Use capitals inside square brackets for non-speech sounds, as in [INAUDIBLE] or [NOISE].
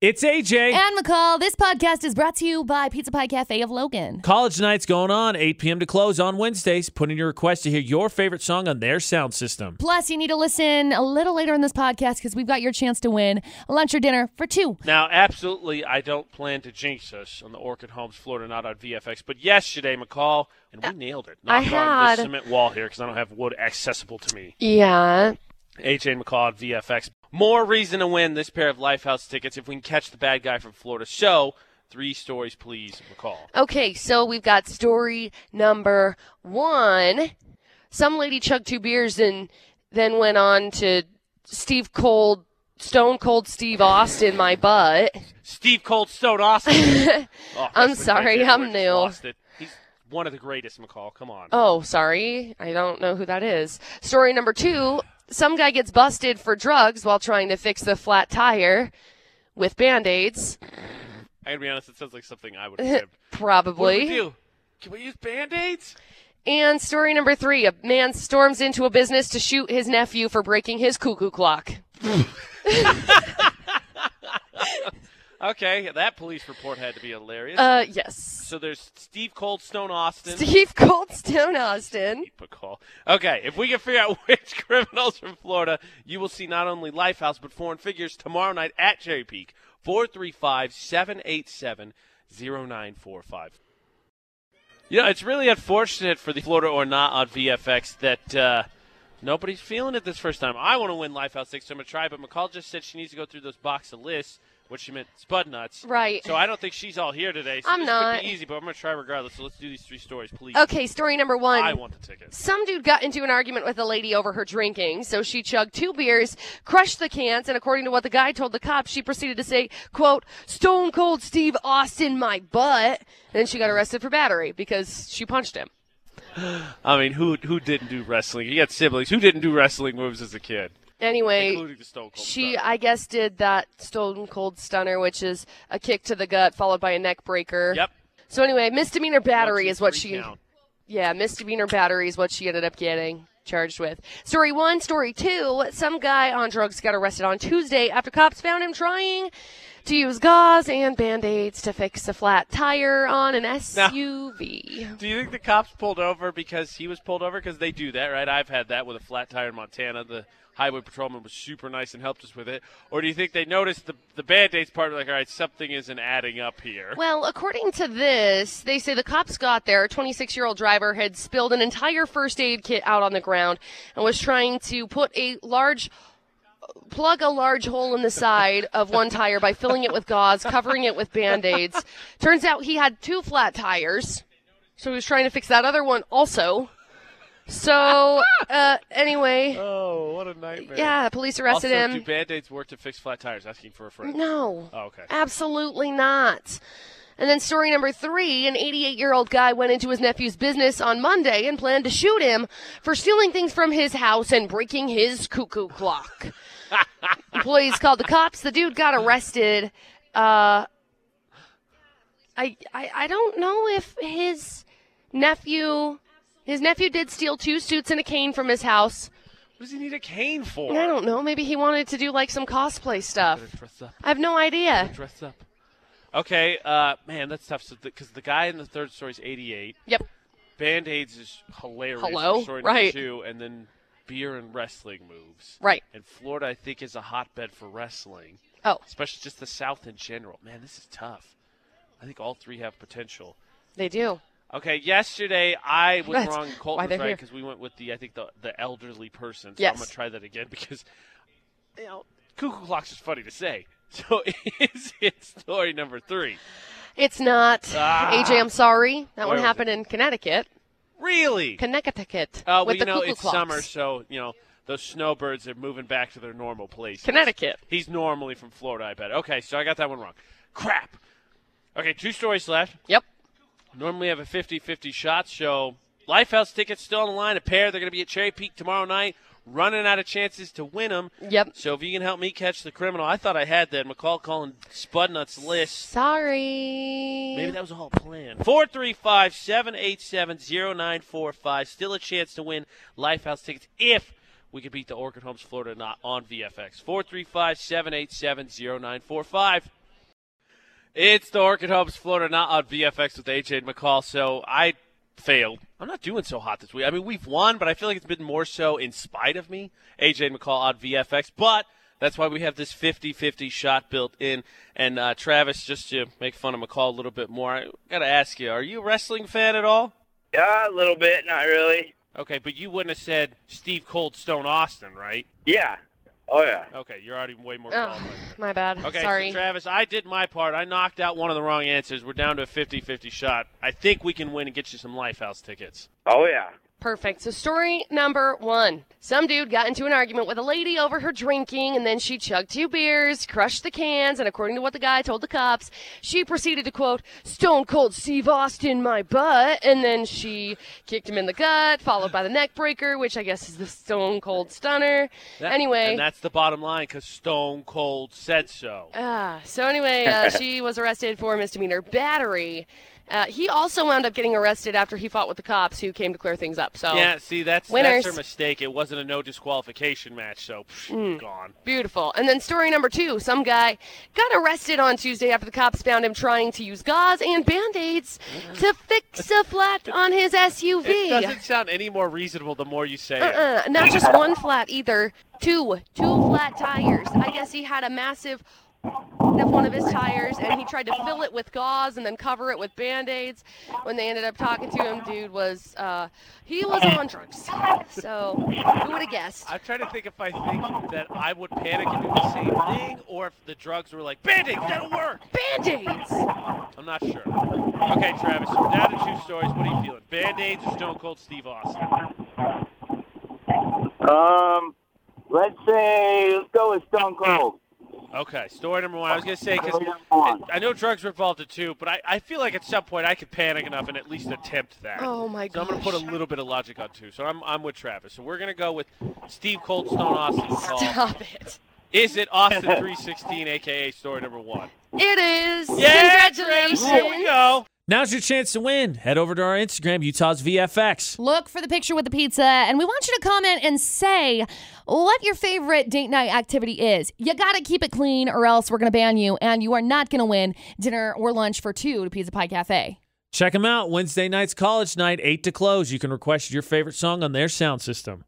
It's AJ. And McCall, this podcast is brought to you by Pizza Pie Cafe of Logan. College night's going on, 8 p.m. to close on Wednesdays. Put in your request to hear your favorite song on their sound system. Plus, you need to listen a little later in this podcast because we've got your chance to win lunch or dinner for two. Now, absolutely, I don't plan to jinx us on the Orchid Homes, Florida, not on VFX. But yesterday, McCall, and we nailed it. Uh, I Knocked it on had- this cement wall here because I don't have wood accessible to me. Yeah. AJ and McCall at VFX. More reason to win this pair of Lifehouse tickets if we can catch the bad guy from Florida. So, three stories, please, McCall. Okay, so we've got story number one. Some lady chugged two beers and then went on to Steve Cold, Stone Cold Steve Austin, my butt. Steve Cold Stone [LAUGHS] Austin. Oh, I'm that's what sorry, AJ I'm just new. lost it. He's one of the greatest, McCall. Come on. Oh, sorry. I don't know who that is. Story number two. Some guy gets busted for drugs while trying to fix the flat tire with band aids, I gotta be honest, it sounds like something I [LAUGHS] would have. what do we probably. do? Can we use band aids? And story number three a man storms into a business to shoot his nephew for breaking his cuckoo clock. Okay, that police report had to be hilarious. Uh, yes. so there's Steve Cold Stone Austin. Steve Goldstone Austin. McCall. Okay, if we can figure out [LAUGHS] which criminals from Florida, you will see not only Lifehouse but Foreign Figures tomorrow night at Cherry Peak, 435 787 0945. You know, it's really unfortunate for the Florida or not on VFX that uh, nobody's feeling it this first time. I want to win Lifehouse Six, so I'm going to try, but McCall just said she needs to go through those box of lists, which she meant spud nuts. Right. So I don't think she's all here today. So I'm this not. Could be easy, but I'm going to try regardless. So let's do these three stories, please. Okay, story number one. I want the tickets. Some dude got into an argument with a lady over her drinking, so she chugged two beers, crushed the cans, and according to what the guy told the cops, she proceeded to say, quote, Stone Cold Steve Austin, my butt. And then she got arrested for battery because she punched him. I mean, who who didn't do wrestling? You got siblings. Who didn't do wrestling moves as a kid, Anyway, including the Stone Cold? she, Stunner? I guess, did that Stone Cold Stunner, which is a kick to the gut followed by a neck breaker. yep. So anyway, misdemeanor uh, battery One, two, is what three, she. count. Yeah, misdemeanor battery is what she ended up getting charged with. Story one, story two. Some guy on drugs got arrested on Tuesday after cops found him trying to use gauze and band aids to fix a flat tire on an SUV. Do you think the cops pulled over because he was pulled over? Because they do that, right? I've had that with a flat tire in Montana. The highway patrolman was super nice and helped us with it. Or do you think they noticed the the band aids part? Like, all right, something isn't adding up here. Well, according to this, they say the cops got there. A 26 year old driver had spilled an entire first aid kit out on the ground and was trying to put a large plug a large hole in the side of one tire by filling it with gauze, covering it with band aids. Turns out he had two flat tires, so he was trying to fix that other one also. So, uh, anyway, Oh, what a nightmare! yeah, police arrested Also, do him. band aids work to fix flat tires? Asking for a friend. No. Oh, okay. Absolutely not. And then story number three an 88 year old guy went into his nephew's business on Monday and planned to shoot him for stealing things from his house and breaking his cuckoo clock. Employees called the cops. The dude got arrested. Uh, I, I I don't know if his nephew his nephew did steal two suits and a cane from his house. What does he need a cane for? I don't know. Maybe he wanted to do like some cosplay stuff. Dress up. I have no idea. dress up. Okay, uh, man, that's tough. So, because the, guy in the third story is 88. Yep. Band aids is hilarious. for Hello? Story Right. number two, and then beer and wrestling moves. Right. And Florida, I think, is a hotbed for wrestling, Oh, especially just the South in general. Man, this is tough. I think all three have potential. they do. Okay, yesterday I was That's wrong. Colt why was they're right here. because we went with the I think the the elderly person. So I'm Yes. gonna try that again [LAUGHS] because you know cuckoo clocks is funny to say. So [LAUGHS] is it story number three? It's not. Ah. AJ, I'm sorry. That Where one was happened in Connecticut. Really? Connecticut. Uh, well, with you the know cuckoo it's clocks. summer, so you know those snowbirds are moving back to their normal place. Connecticut. He's normally from Florida, I bet. Okay, so I got that one wrong. Crap. Okay, two stories left. Yep. Normally have a 50-50 shot, so Lifehouse tickets still on the line. A pair. They're going to be at Cherry Peak tomorrow night. Running out of chances to win them. Yep. So if you can help me catch the criminal, I thought I had that. McCall calling Spudnuts list. Sorry. Maybe that was all a plan. 435 787 0945. Still a chance to win Lifehouse tickets if we could beat the Orchid Homes Florida not on VFX. 435 787 0945. It's the Orchid Hubs Florida Not on VFX with AJ and McCall. So I failed. I'm not doing so hot this week. I mean, we've won, but I feel like it's been more so in spite of me. AJ and McCall on VFX, but that's why we have this 50 50 shot built in. And uh, Travis, just to make fun of McCall a little bit more, I got to ask you, are you a wrestling fan at all? Yeah, a little bit, not really. Okay, but you wouldn't have said Steve Cold Stone Austin, right? Yeah. Oh yeah. Okay, you're already way more Oh, qualified. my bad. Okay, so Sorry. Travis, I did my part. I knocked out one of the wrong answers. We're down to a 50 50 shot. I think we can win and get you some Lifehouse tickets. Oh yeah. Perfect. So, story number one. Some dude got into an argument with a lady over her drinking, and then she chugged two beers, crushed the cans, and according to what the guy told the cops, she proceeded to quote, Stone Cold Steve Austin, my butt. And then she kicked him in the gut, followed by the neck breaker, which I guess is the Stone Cold Stunner. That- anyway. And that's the bottom line because Stone Cold said so. Ah, so anyway, [LAUGHS] uh, she was arrested for misdemeanor battery. Uh, he also wound up getting arrested after he fought with the cops who came to clear things up. So Yeah, see, that's, that's Oh. Winners. her mistake. It wasn't a no disqualification match, so psh, Hmm. gone. beautiful. And then story number two some guy got arrested on Tuesday after the cops found him trying to use gauze and band aids to fix a flat on his SUV. It doesn't sound any more reasonable the more you say it. Uh-uh. Not just one flat either. Two. Two flat tires. I guess he had a massive of one of his tires and he tried to fill it with gauze and then cover it with band-aids. When they ended up talking to him, dude was uh he was on drugs. So who would have guessed? I'm trying to think if I think that I would panic and do the same thing, or if the drugs were like, Band-Aid, that'll work! Band-aids! I'm not sure. Okay, Travis, so down to two stories. What are you feeling? Band-Aids or Stone Cold Steve Austin? Um, let's say let's go with Stone Cold. Okay, story number one. I was going to say, because Story number one. I know drugs were involved in two, but I, I feel like at some point I could panic enough and at least attempt that. Oh my So I'm going to gosh. put a little bit of logic on two. So I'm, I'm with Travis. So we're going to go with Steve Cold Stone Austin call. Stop it. Is it Austin 316, a.k.a. story number one? It is. Yeah, Travis, [LAUGHS] Congratulations. here we go. Now's your chance to win. Head over to our Instagram, Utah's VFX. Look for the picture with the pizza, and we want you to comment and say what your favorite date night activity is. You got to keep it clean, or else we're going to ban you, and you are not going to win dinner or lunch for two to Pizza Pie Cafe. Check them out Wednesday night's college night, 8 to close. You can request your favorite song on their sound system.